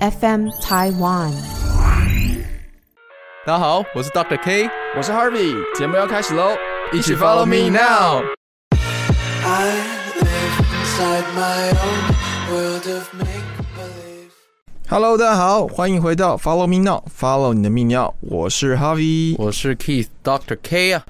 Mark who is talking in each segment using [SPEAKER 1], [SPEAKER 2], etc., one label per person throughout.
[SPEAKER 1] FM Taiwan。
[SPEAKER 2] 大家好，我是 Doctor K，
[SPEAKER 3] 我是 Harvey，节目要开始喽，
[SPEAKER 2] 一起 Follow Me Now。
[SPEAKER 4] I live inside my own world of make believe.
[SPEAKER 3] Hello，大家好，欢迎回到 Follow Me Now，Follow 你的泌尿，我是 Harvey。
[SPEAKER 2] 我是 Keith Doctor K 啊。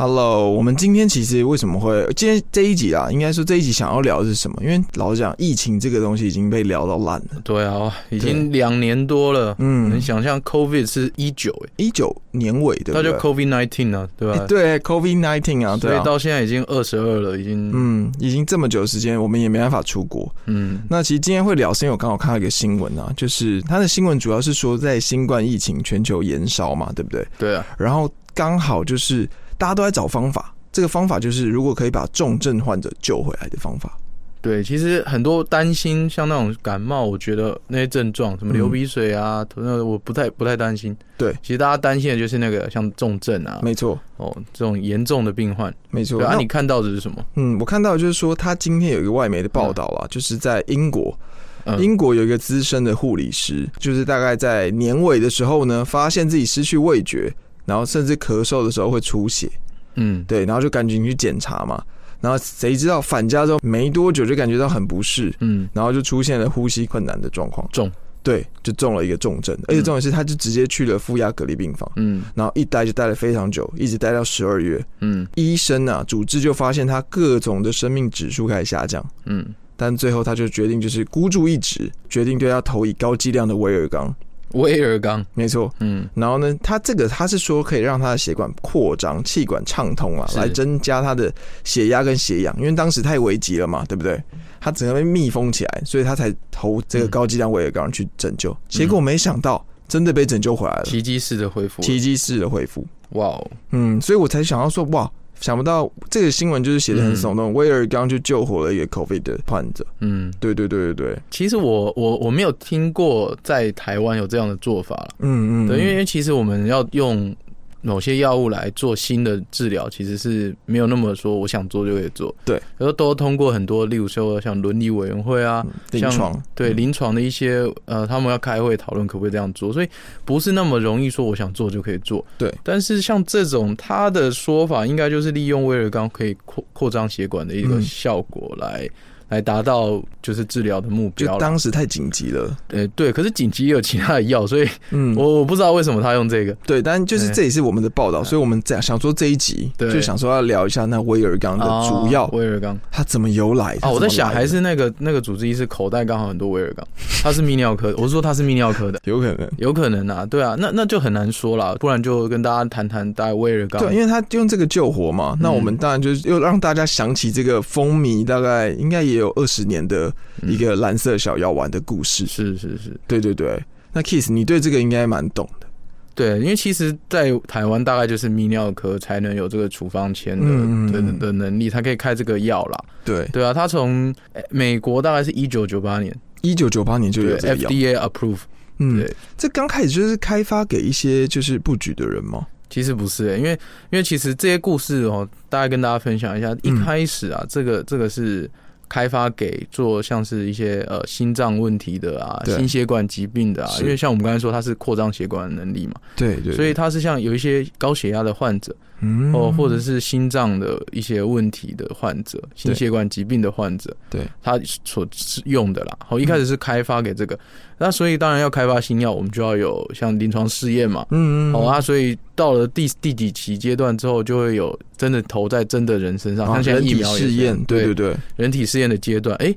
[SPEAKER 3] Hello，我们今天其实为什么会今天这一集啊？应该说这一集想要聊的是什么？因为老实讲，疫情这个东西已经被聊到烂了。
[SPEAKER 2] 对啊，已经两年多了，能
[SPEAKER 3] 嗯，
[SPEAKER 2] 想象 COVID 是一九哎，
[SPEAKER 3] 一九年尾对
[SPEAKER 2] 那
[SPEAKER 3] 不
[SPEAKER 2] 就
[SPEAKER 3] 对？
[SPEAKER 2] COVID nineteen 啊，对吧
[SPEAKER 3] 哎？对 COVID nineteen 啊，
[SPEAKER 2] 所
[SPEAKER 3] 对
[SPEAKER 2] 以
[SPEAKER 3] 啊，
[SPEAKER 2] 到现在已经二十二了，已经
[SPEAKER 3] 嗯，已经这么久的时间，我们也没办法出国。
[SPEAKER 2] 嗯
[SPEAKER 3] 那其实今天会聊，是因为我刚好看到一个新闻啊，就是它的新闻主要是说在新冠疫情全球延烧嘛，对不对？
[SPEAKER 2] 对啊，
[SPEAKER 3] 然后刚好就是大家都在找方法，这个方法就是如果可以把重症患者救回来的方法。
[SPEAKER 2] 对，其实很多担心，像那种感冒，我觉得那些症状，什么
[SPEAKER 3] 嗯
[SPEAKER 2] 流鼻水啊，那我不太不太担心。
[SPEAKER 3] 对
[SPEAKER 2] 其实大家担心的就是那个像重症啊，
[SPEAKER 3] 没错，
[SPEAKER 2] 哦，这种严重的病患。
[SPEAKER 3] 没错。
[SPEAKER 2] 对啊，
[SPEAKER 3] 那
[SPEAKER 2] 你看到的是什么？
[SPEAKER 3] 嗯，我看到就是说，他今天有一个外媒的报道啦，就是在英国，
[SPEAKER 2] 嗯
[SPEAKER 3] 英国有一个资深的护理师，就是大概在年尾的时候呢，发现自己失去味觉，然后甚至咳嗽的时候会出血，
[SPEAKER 2] 嗯，
[SPEAKER 3] 对，然后就赶紧去检查嘛。然后谁知道返家之后没多久就感觉到很不适，
[SPEAKER 2] 嗯，
[SPEAKER 3] 然后就出现了呼吸困难的状况，
[SPEAKER 2] 重，
[SPEAKER 3] 对，就中了一个重症，而且
[SPEAKER 2] 嗯
[SPEAKER 3] 重点是他就直接去了负压隔离病房，
[SPEAKER 2] 嗯
[SPEAKER 3] 然后一待就待了非常久，一直待到十二月。
[SPEAKER 2] 嗯
[SPEAKER 3] 医生啊，主治就发现他各种的生命指数开始下降，
[SPEAKER 2] 嗯，
[SPEAKER 3] 但最后他就决定就是孤注一掷，决定对他投以高剂量的威尔刚，
[SPEAKER 2] 威尔刚，
[SPEAKER 3] 没错。
[SPEAKER 2] 嗯
[SPEAKER 3] 然后呢，他这个他是说可以让他的血管扩张、气管畅通啊，
[SPEAKER 2] 是
[SPEAKER 3] 来增加他的血压跟血氧，因为当时太危急了嘛，对不对？他整个被密封起来，所以他才投这个高剂量威尔刚去拯救。
[SPEAKER 2] 嗯
[SPEAKER 3] 结果没想到真的被拯救回来了，
[SPEAKER 2] 奇迹式的恢复，
[SPEAKER 3] 奇迹式的恢复。
[SPEAKER 2] 哇哦，
[SPEAKER 3] 嗯，所以我才想要说，哇，想不到这个新闻就是写的很耸动，威尔刚去救活了一个 COVID 的患者。
[SPEAKER 2] 嗯，
[SPEAKER 3] 对对对对对，
[SPEAKER 2] 其实我我我没有听过在台湾有这样的做法了，
[SPEAKER 3] 嗯嗯，
[SPEAKER 2] 对，因为因为其实我们要用某些药物来做新的治疗，其实是没有那么说我想做就可以做，
[SPEAKER 3] 对，
[SPEAKER 2] 然后都通过很多，例如说像伦理委员会啊，
[SPEAKER 3] 临
[SPEAKER 2] 像
[SPEAKER 3] 床，
[SPEAKER 2] 对临床的一些呃，他们要开会讨论可不可以这样做，所以不是那么容易说我想做就可以做。
[SPEAKER 3] 对，
[SPEAKER 2] 但是像这种他的说法，应该就是利用威尔刚可以扩扩张血管的一个
[SPEAKER 3] 嗯
[SPEAKER 2] 效果来、来达到就是治疗的目
[SPEAKER 3] 就
[SPEAKER 2] 标啦。
[SPEAKER 3] 当时太紧急了。
[SPEAKER 2] 呃，对，可是紧急也有其他的药，所以
[SPEAKER 3] 嗯，
[SPEAKER 2] 我我不知道为什么他用这个。
[SPEAKER 3] 对，但就是
[SPEAKER 2] 对
[SPEAKER 3] 这也是我们的报道，所以我们在想说这一集
[SPEAKER 2] 对
[SPEAKER 3] 就想说要聊一下那威尔刚的主要
[SPEAKER 2] 哦，威尔刚
[SPEAKER 3] 它怎么由来它
[SPEAKER 2] 啊，我在
[SPEAKER 3] 怎么
[SPEAKER 2] 想
[SPEAKER 3] 来的
[SPEAKER 2] 还是那个那个主治医师口袋刚好很多威尔刚，他是泌尿 科的，我是说他是泌尿科的，
[SPEAKER 3] 有可能。
[SPEAKER 2] 有可能啊，对啊，那那就很难说啦，不然就跟大家谈谈大概威尔刚。
[SPEAKER 3] 对，啊因为他用这个救活嘛，那
[SPEAKER 2] 嗯
[SPEAKER 3] 我们当然就是又让大家想起这个风靡大概应该也有二十年的一个
[SPEAKER 2] 嗯
[SPEAKER 3] 蓝色小药丸的故事。
[SPEAKER 2] 是是是，
[SPEAKER 3] 对对对，那 Kiss，你对这个应该蛮懂的。
[SPEAKER 2] 对，因为其实，在台湾大概就是泌尿科才能有这个处方签的、
[SPEAKER 3] 嗯嗯
[SPEAKER 2] 的
[SPEAKER 3] 嗯
[SPEAKER 2] 的能力，才可以开这个药啦。
[SPEAKER 3] 对，
[SPEAKER 2] 对啊，他从诶美国大概是一九九八年，
[SPEAKER 3] 一九九八年就有
[SPEAKER 2] 对
[SPEAKER 3] 这个药。
[SPEAKER 2] FDA approve。
[SPEAKER 3] 嗯
[SPEAKER 2] 对，
[SPEAKER 3] 这刚开始就是开发给一些就是布局的人嘛。
[SPEAKER 2] 其实不是、欸，因为因为其实这些故事哦，大概跟大家分享一下。一
[SPEAKER 3] 嗯
[SPEAKER 2] 开始啊，这个这个是开发给做像是一些呃心脏问题的啊、
[SPEAKER 3] 对
[SPEAKER 2] 心血管疾病的啊，
[SPEAKER 3] 是
[SPEAKER 2] 因为像我们刚才说，它是扩张血管的能力嘛，
[SPEAKER 3] 对对
[SPEAKER 2] 所以它是像有一些高血压的患者，
[SPEAKER 3] 嗯
[SPEAKER 2] 哦，或者是心脏的一些问题的患者，心血管疾病的患者，
[SPEAKER 3] 对嗯
[SPEAKER 2] 他所用的啦。好，一开始是开发给这个，那所以当然要开发新药，我们就要有像临床试验嘛。
[SPEAKER 3] 嗯嗯
[SPEAKER 2] 好、啊，所以到了第第几期阶段之后，就会有真的投在真的人身上，啊像现在
[SPEAKER 3] 啊人
[SPEAKER 2] 疫
[SPEAKER 3] 体
[SPEAKER 2] 苗也是
[SPEAKER 3] 试验，对对
[SPEAKER 2] 对
[SPEAKER 3] 对，
[SPEAKER 2] 人体试验的阶段，诶，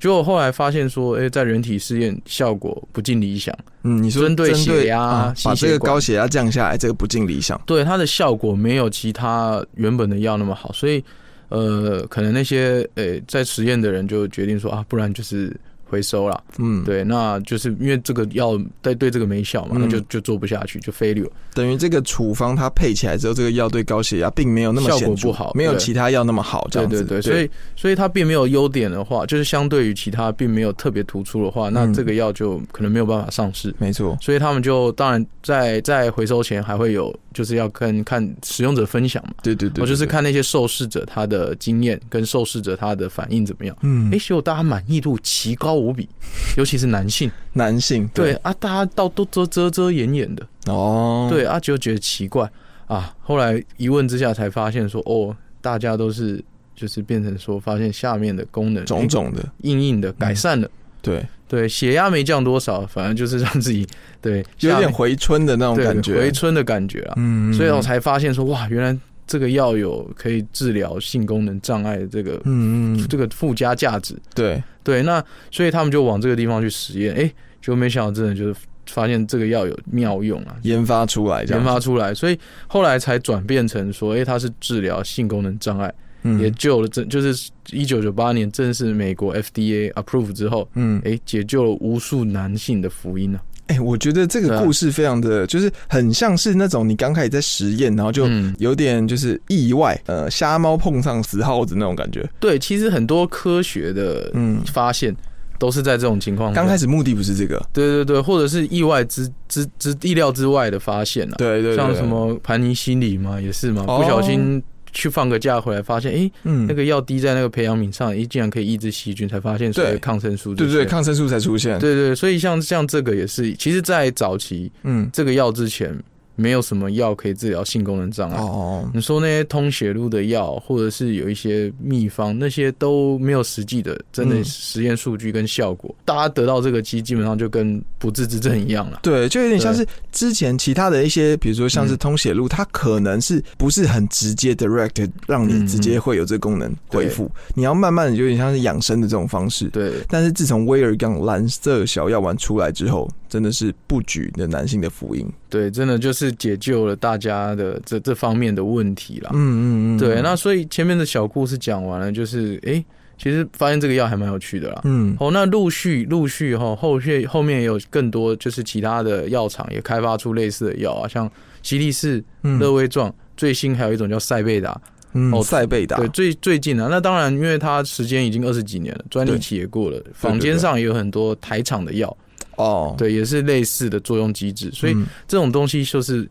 [SPEAKER 2] 结果后来发现说，诶，在人体试验效果不尽理想，
[SPEAKER 3] 嗯，你说
[SPEAKER 2] 针对血压
[SPEAKER 3] 啊
[SPEAKER 2] 心
[SPEAKER 3] 把
[SPEAKER 2] 血
[SPEAKER 3] 这个
[SPEAKER 2] 管
[SPEAKER 3] 高血压降下来，这个不尽理想。
[SPEAKER 2] 对它的效果没有其他原本的药那么好，所以呃，可能那些诶在实验的人就决定说啊，不然就是回收啦。
[SPEAKER 3] 嗯，，
[SPEAKER 2] 对，那就是因为这个药对对这个没效嘛，
[SPEAKER 3] 嗯
[SPEAKER 2] 那就就做不下去，就 failure。
[SPEAKER 3] 等于这个处方它配起来之后，这个药对高血压并没有那么
[SPEAKER 2] 效果
[SPEAKER 3] 显著
[SPEAKER 2] 不好
[SPEAKER 3] 没有
[SPEAKER 2] 对
[SPEAKER 3] 其他药那么好，这
[SPEAKER 2] 对
[SPEAKER 3] 样
[SPEAKER 2] 对
[SPEAKER 3] 子。
[SPEAKER 2] 对，所以所以它并没有优点的话，就是相对于其他并没有特别突出的话，那
[SPEAKER 3] 嗯
[SPEAKER 2] 这个药就可能没有办法上市。
[SPEAKER 3] 没错，
[SPEAKER 2] 所以他们就当然在在回收前还会有就是要跟看使用者分享嘛，
[SPEAKER 3] 对对对，
[SPEAKER 2] 我就是
[SPEAKER 3] 对，
[SPEAKER 2] 看那些受试者他的经验跟受试者他的反应怎么样。
[SPEAKER 3] 嗯
[SPEAKER 2] 哎，，结果大家满意度奇高无 比，尤其是男性。
[SPEAKER 3] 男性
[SPEAKER 2] 对啊，大家到都遮遮遮掩掩的，
[SPEAKER 3] 哦，
[SPEAKER 2] 对啊，就觉得奇怪啊。后来一问之下才发现说，哦，大家都是就是变成说，发现下面的功能
[SPEAKER 3] 种嗯种的，
[SPEAKER 2] 硬硬的改善了，
[SPEAKER 3] 对，
[SPEAKER 2] 对，血压没降多少，反正就是让自己对
[SPEAKER 3] 有
[SPEAKER 2] 下
[SPEAKER 3] 点
[SPEAKER 2] 面
[SPEAKER 3] 回春的那种
[SPEAKER 2] 对
[SPEAKER 3] 感觉，
[SPEAKER 2] 回春的感觉啊。
[SPEAKER 3] 嗯，嗯，
[SPEAKER 2] 所以我
[SPEAKER 3] 嗯
[SPEAKER 2] 才发现说，哇，原来这个药有可以治疗性功能障碍的这个、
[SPEAKER 3] 嗯嗯嗯，
[SPEAKER 2] 这个附加价值。
[SPEAKER 3] 对，
[SPEAKER 2] 对，那所以他们就往这个地方去实验，哎、就没想到真的就是发现这个药有妙用啊，
[SPEAKER 3] 研发出来这
[SPEAKER 2] 研
[SPEAKER 3] 样，
[SPEAKER 2] 发出来，所以后来才转变成说，哎、它是治疗性功能障碍，
[SPEAKER 3] 嗯
[SPEAKER 2] 也救了正，就是一九九八年正式美国 FDA approve 之后，
[SPEAKER 3] 嗯，
[SPEAKER 2] 哎、解救了无数男性的福音啊，
[SPEAKER 3] 哎、我觉得这
[SPEAKER 2] 啊
[SPEAKER 3] 个故事非常的，就是很像是那种你刚开始在实验，然后就
[SPEAKER 2] 嗯
[SPEAKER 3] 有点就是意外，呃，瞎猫碰上死耗子那种感觉。
[SPEAKER 2] 对，其实很多科学的
[SPEAKER 3] 嗯，
[SPEAKER 2] 发现都是在这种情况下，
[SPEAKER 3] 刚开始目的不是这个，
[SPEAKER 2] 对对对，或者是意外之之之意料之外的发现啊，
[SPEAKER 3] 对对对，
[SPEAKER 2] 像什么盘尼西林嘛，也是嘛，
[SPEAKER 3] 哦
[SPEAKER 2] 不小心去放个假回来，发现哎、诶
[SPEAKER 3] 嗯，
[SPEAKER 2] 那个药滴在那个培养皿上，哎、竟然可以抑制细菌，才发现所谓
[SPEAKER 3] 对
[SPEAKER 2] 的抗生素这
[SPEAKER 3] 对
[SPEAKER 2] 些。
[SPEAKER 3] 对对抗生素才出现，，
[SPEAKER 2] 对对，所以像像这个也是，其实，在早期
[SPEAKER 3] 嗯，
[SPEAKER 2] 这个药之前，没有什么药可以治疗性功能障碍。
[SPEAKER 3] 哦，
[SPEAKER 2] 你说那些通血路的药，或者是有一些秘方，那些都没有实际的真的
[SPEAKER 3] 嗯
[SPEAKER 2] 实验数据跟效果。大家得到这个机，基本上就跟不治之症一样了。
[SPEAKER 3] 对，就有点像是之前其他的一些，比如说像是
[SPEAKER 2] 嗯
[SPEAKER 3] 通血路，它可能是不是很直接 direct 让你直接会有这个功能恢复，你要慢慢的有点像是养生的这种方式。
[SPEAKER 2] 对，
[SPEAKER 3] 但是自从威尔刚蓝色小药丸出来之后，真的是不举的男性的福音。
[SPEAKER 2] 对，真的就是解救了大家的这这方面的问题啦。
[SPEAKER 3] 嗯嗯嗯，
[SPEAKER 2] 对，那所以前面的小故事讲完了，就是诶，其实发现这个药还蛮有趣的啦。
[SPEAKER 3] 嗯
[SPEAKER 2] 哦，那陆续陆续哈、后续后面也有更多，就是其他的药厂也开发出类似的药啊，像西力士、
[SPEAKER 3] 嗯
[SPEAKER 2] 乐威状，最新还有一种叫塞贝达。
[SPEAKER 3] 嗯
[SPEAKER 2] 哦
[SPEAKER 3] 塞贝达
[SPEAKER 2] 对，最最近啊，那当然因为它时间已经二十几年了，专利
[SPEAKER 3] 对
[SPEAKER 2] 期也过了，坊间
[SPEAKER 3] 对
[SPEAKER 2] 上也有很多台厂的药，
[SPEAKER 3] 哦，
[SPEAKER 2] 对，也是类似的作用机制，所以
[SPEAKER 3] 嗯
[SPEAKER 2] 这种东西就是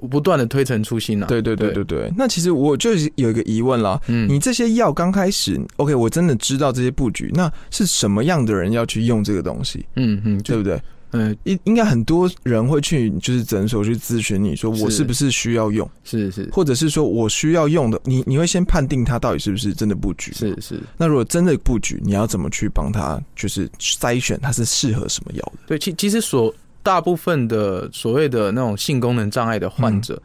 [SPEAKER 2] 嘖不断的推陈出新啊。
[SPEAKER 3] 对对对对对。那其实我就是有一个疑问啦，
[SPEAKER 2] 嗯，
[SPEAKER 3] 你这些药刚开始，OK，我真的知道这些布局，那是什么样的人要去用这个东西，
[SPEAKER 2] 嗯嗯，
[SPEAKER 3] 对
[SPEAKER 2] 就
[SPEAKER 3] 不对？
[SPEAKER 2] 嗯
[SPEAKER 3] 应应该很多人会去就是诊所去咨询你说我
[SPEAKER 2] 是
[SPEAKER 3] 是不是需要用，
[SPEAKER 2] 是是
[SPEAKER 3] 或者是说我需要用的，你你会先判定它到底是不是真的布局。
[SPEAKER 2] 是是，
[SPEAKER 3] 那如果真的布局，你要怎么去帮他就是筛选它是适合什么药的？
[SPEAKER 2] 对，其其实所大部分的所谓的那种性功能障碍的患者。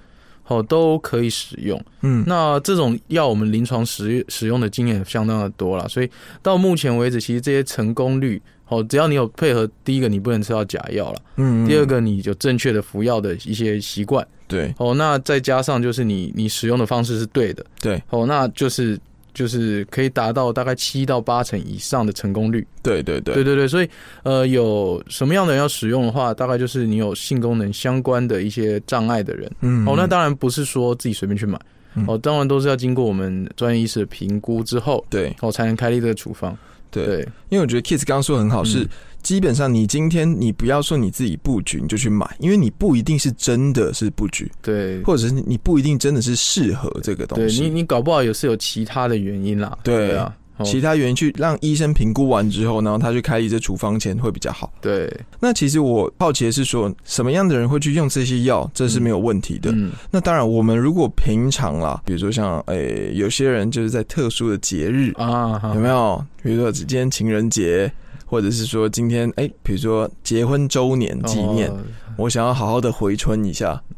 [SPEAKER 2] 哦，都可以使用。
[SPEAKER 3] 嗯，
[SPEAKER 2] 那这种药我们临床使使用的经验也相当的多啦，所以到目前为止，其实这些成功率，哦，只要你有配合，第一个你不能吃到假药了，
[SPEAKER 3] 嗯
[SPEAKER 2] 第二个你有正确的服药的一些习惯，
[SPEAKER 3] 对
[SPEAKER 2] 哦，那再加上就是你你使用的方式是对的，
[SPEAKER 3] 对
[SPEAKER 2] 哦，那就是就是可以达到大概七到八成以上的成功率。
[SPEAKER 3] 对对对
[SPEAKER 2] 对对对，所以呃，有什么样的人要使用的话，大概就是你有性功能相关的一些障碍的人。
[SPEAKER 3] 嗯
[SPEAKER 2] 哦，那当然不是说自己随便去买
[SPEAKER 3] 嗯，
[SPEAKER 2] 哦，当然都是要经过我们专业医师的评估之后，
[SPEAKER 3] 对
[SPEAKER 2] 哦，才能开立这个处方。
[SPEAKER 3] 对
[SPEAKER 2] 对，
[SPEAKER 3] 因为我觉得 Kiss 刚刚说得很好，
[SPEAKER 2] 嗯
[SPEAKER 3] 是基本上你今天你不要说你自己布局你就去买，因为你不一定是真的是布局，
[SPEAKER 2] 对，
[SPEAKER 3] 或者是你不一定真的是适合这个
[SPEAKER 2] 对
[SPEAKER 3] 东
[SPEAKER 2] 你
[SPEAKER 3] 西。
[SPEAKER 2] 你搞不好也是有其他的原因啦。
[SPEAKER 3] 对
[SPEAKER 2] 啊，哦
[SPEAKER 3] 其他原因去让医生评估完之后，然后他去开一支处方前会比较好。
[SPEAKER 2] 对，
[SPEAKER 3] 那其实我好奇的是说，什么样的人会去用这些药，这是没有问题的。
[SPEAKER 2] 嗯，
[SPEAKER 3] 那当然，我们如果平常啦，比如说像诶、有些人就是在特殊的节日，
[SPEAKER 2] 啊，哈
[SPEAKER 3] 有没有？比如说今天情人节，或者是说今天哎、比如说结婚周年纪念，
[SPEAKER 2] 哦
[SPEAKER 3] 我想要好好的回春一下。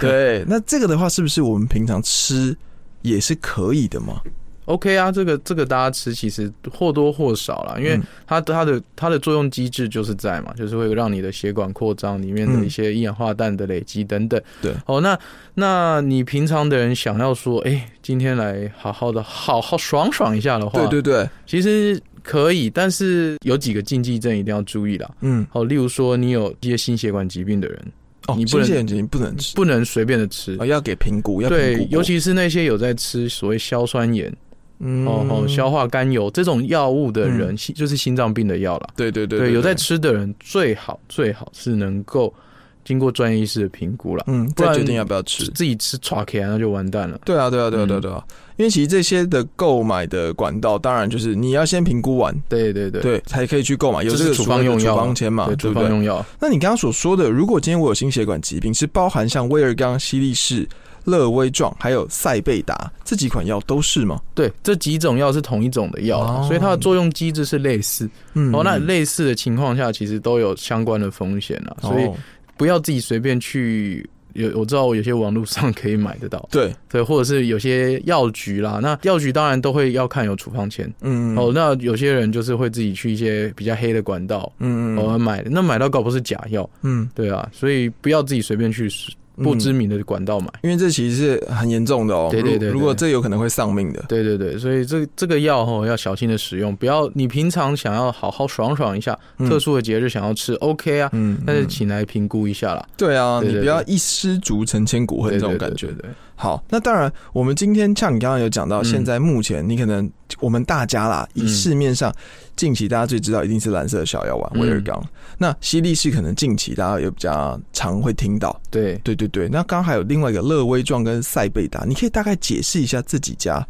[SPEAKER 3] 对，那这个的话，是不是我们平常吃也是可以的吗？
[SPEAKER 2] OK 啊，这个这个大家吃其实或多或少啦，因为
[SPEAKER 3] 嗯
[SPEAKER 2] 它它的它的作用机制就是在嘛，就是会让你的血管扩张，里面的
[SPEAKER 3] 嗯
[SPEAKER 2] 一些一氧化氮的累积等等。
[SPEAKER 3] 对
[SPEAKER 2] 哦，那那你平常的人想要说，哎、今天来好好的好好爽爽一下的话，
[SPEAKER 3] 对对对，
[SPEAKER 2] 其实可以，但是有几个禁忌症一定要注意啦。
[SPEAKER 3] 嗯，
[SPEAKER 2] 哦，例如说你有一些心血管疾病的人，
[SPEAKER 3] 哦，
[SPEAKER 2] 你不能
[SPEAKER 3] 新鲜人不能吃，
[SPEAKER 2] 不能随便的吃。
[SPEAKER 3] 哦，要给评估，要评估哦
[SPEAKER 2] 对，
[SPEAKER 3] 过
[SPEAKER 2] 尤其是那些有在吃所谓硝酸盐、
[SPEAKER 3] 嗯
[SPEAKER 2] 哦哦消化甘油这种药物的人，
[SPEAKER 3] 嗯
[SPEAKER 2] 心就是心脏病的药啦。
[SPEAKER 3] 对对对
[SPEAKER 2] 有在吃的人最好最好是能够经过专业医师的评估了，
[SPEAKER 3] 嗯，
[SPEAKER 2] 不
[SPEAKER 3] 再
[SPEAKER 2] 然
[SPEAKER 3] 决定要不要吃。
[SPEAKER 2] 自己吃 t r k 那就完蛋了。
[SPEAKER 3] 对啊，对啊，对啊，对啊，对
[SPEAKER 2] 嗯
[SPEAKER 3] 啊，因为其实这些的购买的管道，当然就是你要先评估完，
[SPEAKER 2] 对对对，
[SPEAKER 3] 对，才可以去购买。有
[SPEAKER 2] 这
[SPEAKER 3] 这
[SPEAKER 2] 是
[SPEAKER 3] 个
[SPEAKER 2] 处方
[SPEAKER 3] 所谓
[SPEAKER 2] 用
[SPEAKER 3] 的
[SPEAKER 2] 药
[SPEAKER 3] 处
[SPEAKER 2] 啊
[SPEAKER 3] 方签嘛，
[SPEAKER 2] 对，
[SPEAKER 3] 对
[SPEAKER 2] 处
[SPEAKER 3] 不
[SPEAKER 2] 方
[SPEAKER 3] 对？
[SPEAKER 2] 用药，
[SPEAKER 3] 那你刚刚所说的，如果今天我有心血管疾病，是包含像威尔刚、西力士、乐威壮还有赛贝达这几款药都是吗？
[SPEAKER 2] 对，这几种药是同一种的药啦
[SPEAKER 3] 哦
[SPEAKER 2] 所以它的作用机制是类似。
[SPEAKER 3] 嗯
[SPEAKER 2] 哦，那类似的情况下，其实都有相关的风险啦，所以
[SPEAKER 3] 哦
[SPEAKER 2] 不要自己随便去。有我知道，有些网络上可以买得到，
[SPEAKER 3] 对，
[SPEAKER 2] 对，或者是有些药局啦，那药局当然都会要看有处方签。
[SPEAKER 3] 嗯，
[SPEAKER 2] 哦，，那有些人就是会自己去一些比较黑的管道，
[SPEAKER 3] 嗯
[SPEAKER 2] 哦买，那买到搞不是假药，
[SPEAKER 3] 嗯，
[SPEAKER 2] 对啊，所以不要自己随便去不知
[SPEAKER 3] 嗯，
[SPEAKER 2] 名的管道买。
[SPEAKER 3] 因为这其实是很严重的哦。
[SPEAKER 2] 对对
[SPEAKER 3] 如
[SPEAKER 2] 对对
[SPEAKER 3] 如果这有可能会丧命的。
[SPEAKER 2] 对对对，所以这这个药吼要小心的使用，不要你平常想要好好爽爽一下，
[SPEAKER 3] 嗯
[SPEAKER 2] 特殊的节日想要吃 OK 啊，
[SPEAKER 3] 嗯，
[SPEAKER 2] 但是
[SPEAKER 3] 嗯
[SPEAKER 2] 请来评估一下啦。
[SPEAKER 3] 对啊，
[SPEAKER 2] 对对
[SPEAKER 3] 你不要一失足成千古恨
[SPEAKER 2] 对
[SPEAKER 3] 这
[SPEAKER 2] 对
[SPEAKER 3] 种
[SPEAKER 2] 对
[SPEAKER 3] 感觉
[SPEAKER 2] 对。对
[SPEAKER 3] 好，那当然，我们今天像你刚刚有讲到，
[SPEAKER 2] 嗯
[SPEAKER 3] 现在目前你可能我们大家啦，以
[SPEAKER 2] 嗯
[SPEAKER 3] 市面上近期大家最知道一定是蓝色的小药丸
[SPEAKER 2] 嗯
[SPEAKER 3] 威尔刚，那西力士可能近期大家也比较常会听到。
[SPEAKER 2] 对，
[SPEAKER 3] 对对对，那刚刚还有另外一个乐威壮跟赛贝达，你可以大概解释一下这几家。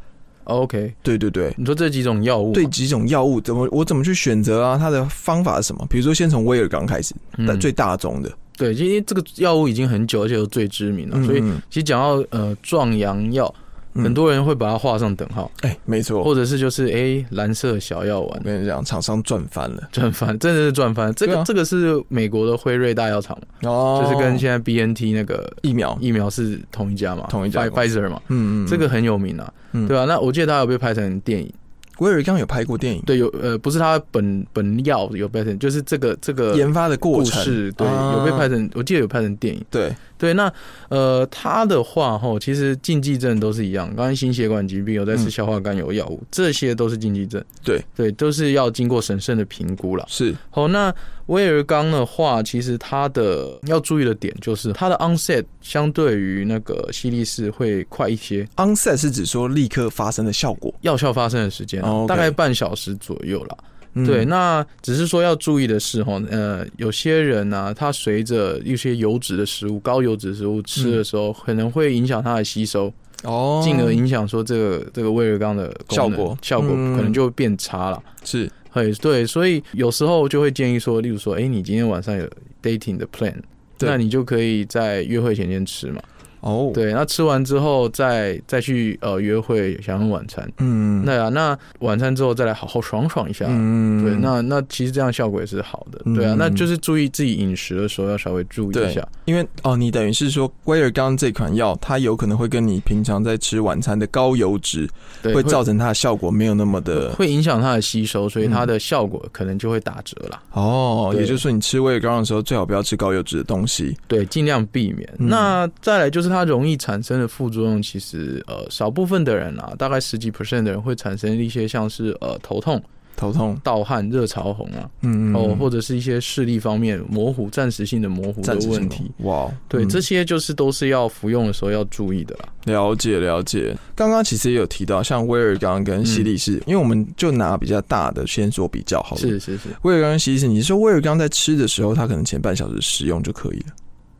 [SPEAKER 2] OK，
[SPEAKER 3] 对对对。
[SPEAKER 2] 你说这几种药物嘛，啊
[SPEAKER 3] 对几种药物怎么我怎么去选择啊？它的方法是什么？比如说先从威尔刚开始，
[SPEAKER 2] 嗯
[SPEAKER 3] 但最大宗的，
[SPEAKER 2] 对，因为这个药物已经很久，而且又最知名啊了，所以
[SPEAKER 3] 嗯
[SPEAKER 2] 其实讲到呃壮阳药，
[SPEAKER 3] 嗯
[SPEAKER 2] 很多人会把它画上等号，
[SPEAKER 3] 哎，没错，
[SPEAKER 2] 或者是就是哎、蓝色小药
[SPEAKER 3] 我
[SPEAKER 2] 丸。
[SPEAKER 3] 跟你讲，厂商赚翻了
[SPEAKER 2] 转翻真的是转翻，这个、
[SPEAKER 3] 对啊
[SPEAKER 2] 这个是美国的辉瑞大药厂嘛，
[SPEAKER 3] 哦
[SPEAKER 2] 就是跟现在 B N T 那个
[SPEAKER 3] 疫苗，
[SPEAKER 2] 疫苗是同一家嘛，
[SPEAKER 3] 同一家
[SPEAKER 2] Pfi-
[SPEAKER 3] 公
[SPEAKER 2] Pfizer 嘛，
[SPEAKER 3] 嗯嗯，
[SPEAKER 2] 这个很有名啊，
[SPEAKER 3] 嗯
[SPEAKER 2] 对啊，那我记得他有被拍成电影，
[SPEAKER 3] 威尔刚有拍过电影，
[SPEAKER 2] 对，有呃不是他本本药有拍成，就是这个这个
[SPEAKER 3] 研发的过
[SPEAKER 2] 故
[SPEAKER 3] 程，
[SPEAKER 2] 事，对，
[SPEAKER 3] 啊
[SPEAKER 2] 有被拍成，我记得有拍成电影。
[SPEAKER 3] 对，
[SPEAKER 2] 对，那呃，他的话吼，其实禁忌症都是一样，刚刚心血管疾病有在吃
[SPEAKER 3] 嗯
[SPEAKER 2] 消化甘油药物，这些都是禁忌症。
[SPEAKER 3] 对
[SPEAKER 2] 对，都是要经过审慎的评估啦。
[SPEAKER 3] 是，
[SPEAKER 2] 好，那威尔刚的话，其实它的要注意的点就是它的 onset 相对于那个西力士会快一些，
[SPEAKER 3] onset 是指说立刻发生的效果，
[SPEAKER 2] 药效发生的时间啊、
[SPEAKER 3] 哦，OK
[SPEAKER 2] 大概半小时左右啦。
[SPEAKER 3] 嗯
[SPEAKER 2] 对，那只是说要注意的是，哈，呃，有些人呢、他随着一些油脂的食物、高油脂的食物吃的时候，可能会影响它的吸收，
[SPEAKER 3] 嗯哦，
[SPEAKER 2] 进而影响说这个这个威尔刚的功能
[SPEAKER 3] 效果
[SPEAKER 2] 效果
[SPEAKER 3] 嗯
[SPEAKER 2] 可能就会变差了。
[SPEAKER 3] 是
[SPEAKER 2] 嘿，对，所以有时候就会建议说，例如说，哎、你今天晚上有 dating 的 plan，
[SPEAKER 3] 对
[SPEAKER 2] 那你就可以在约会前先吃嘛。
[SPEAKER 3] 哦，，
[SPEAKER 2] 对，那吃完之后再再去呃约会享用晚餐。
[SPEAKER 3] 嗯，
[SPEAKER 2] 那啊，那晚餐之后再来好好爽爽一下。
[SPEAKER 3] 嗯
[SPEAKER 2] 对，那那其实这样效果也是好的，对啊
[SPEAKER 3] 嗯，
[SPEAKER 2] 那就是注意自己饮食的时候要稍微注意一下，
[SPEAKER 3] 因为哦，你等于是说威尔刚这款药，它有可能会跟你平常在吃晚餐的高油脂，
[SPEAKER 2] 对，
[SPEAKER 3] 会造成它的效果没有那么的
[SPEAKER 2] 会影响它的吸收，所以
[SPEAKER 3] 嗯
[SPEAKER 2] 它的效果可能就会打折啦。
[SPEAKER 3] 哦，
[SPEAKER 2] 对嗯
[SPEAKER 3] 也就是说你吃威尔刚的时候，最好不要吃高油脂的东西，
[SPEAKER 2] 对，尽量避免。
[SPEAKER 3] 嗯
[SPEAKER 2] 那再来就是它容易产生的副作用，其实呃少部分的人啊，大概十几 percent 的人会产生一些像是呃头痛、
[SPEAKER 3] 头痛，
[SPEAKER 2] 盗汗、热潮红啊，
[SPEAKER 3] 嗯，
[SPEAKER 2] 哦或者是一些视力方面模糊、暂时性的模糊的
[SPEAKER 3] 暂时性
[SPEAKER 2] 问
[SPEAKER 3] 的
[SPEAKER 2] 题。，
[SPEAKER 3] 哇，
[SPEAKER 2] 对，
[SPEAKER 3] 嗯
[SPEAKER 2] 这些就是都是要服用的时候要注意的啦。
[SPEAKER 3] 了解了解，刚刚其实也有提到，像威尔刚跟西力士，因为我们就拿比较大的先说比较好
[SPEAKER 2] 嗯
[SPEAKER 3] 了。
[SPEAKER 2] 是是是，
[SPEAKER 3] 威尔刚跟西力士，你说威尔刚在吃的时候，它可能前半小时食用就可以了，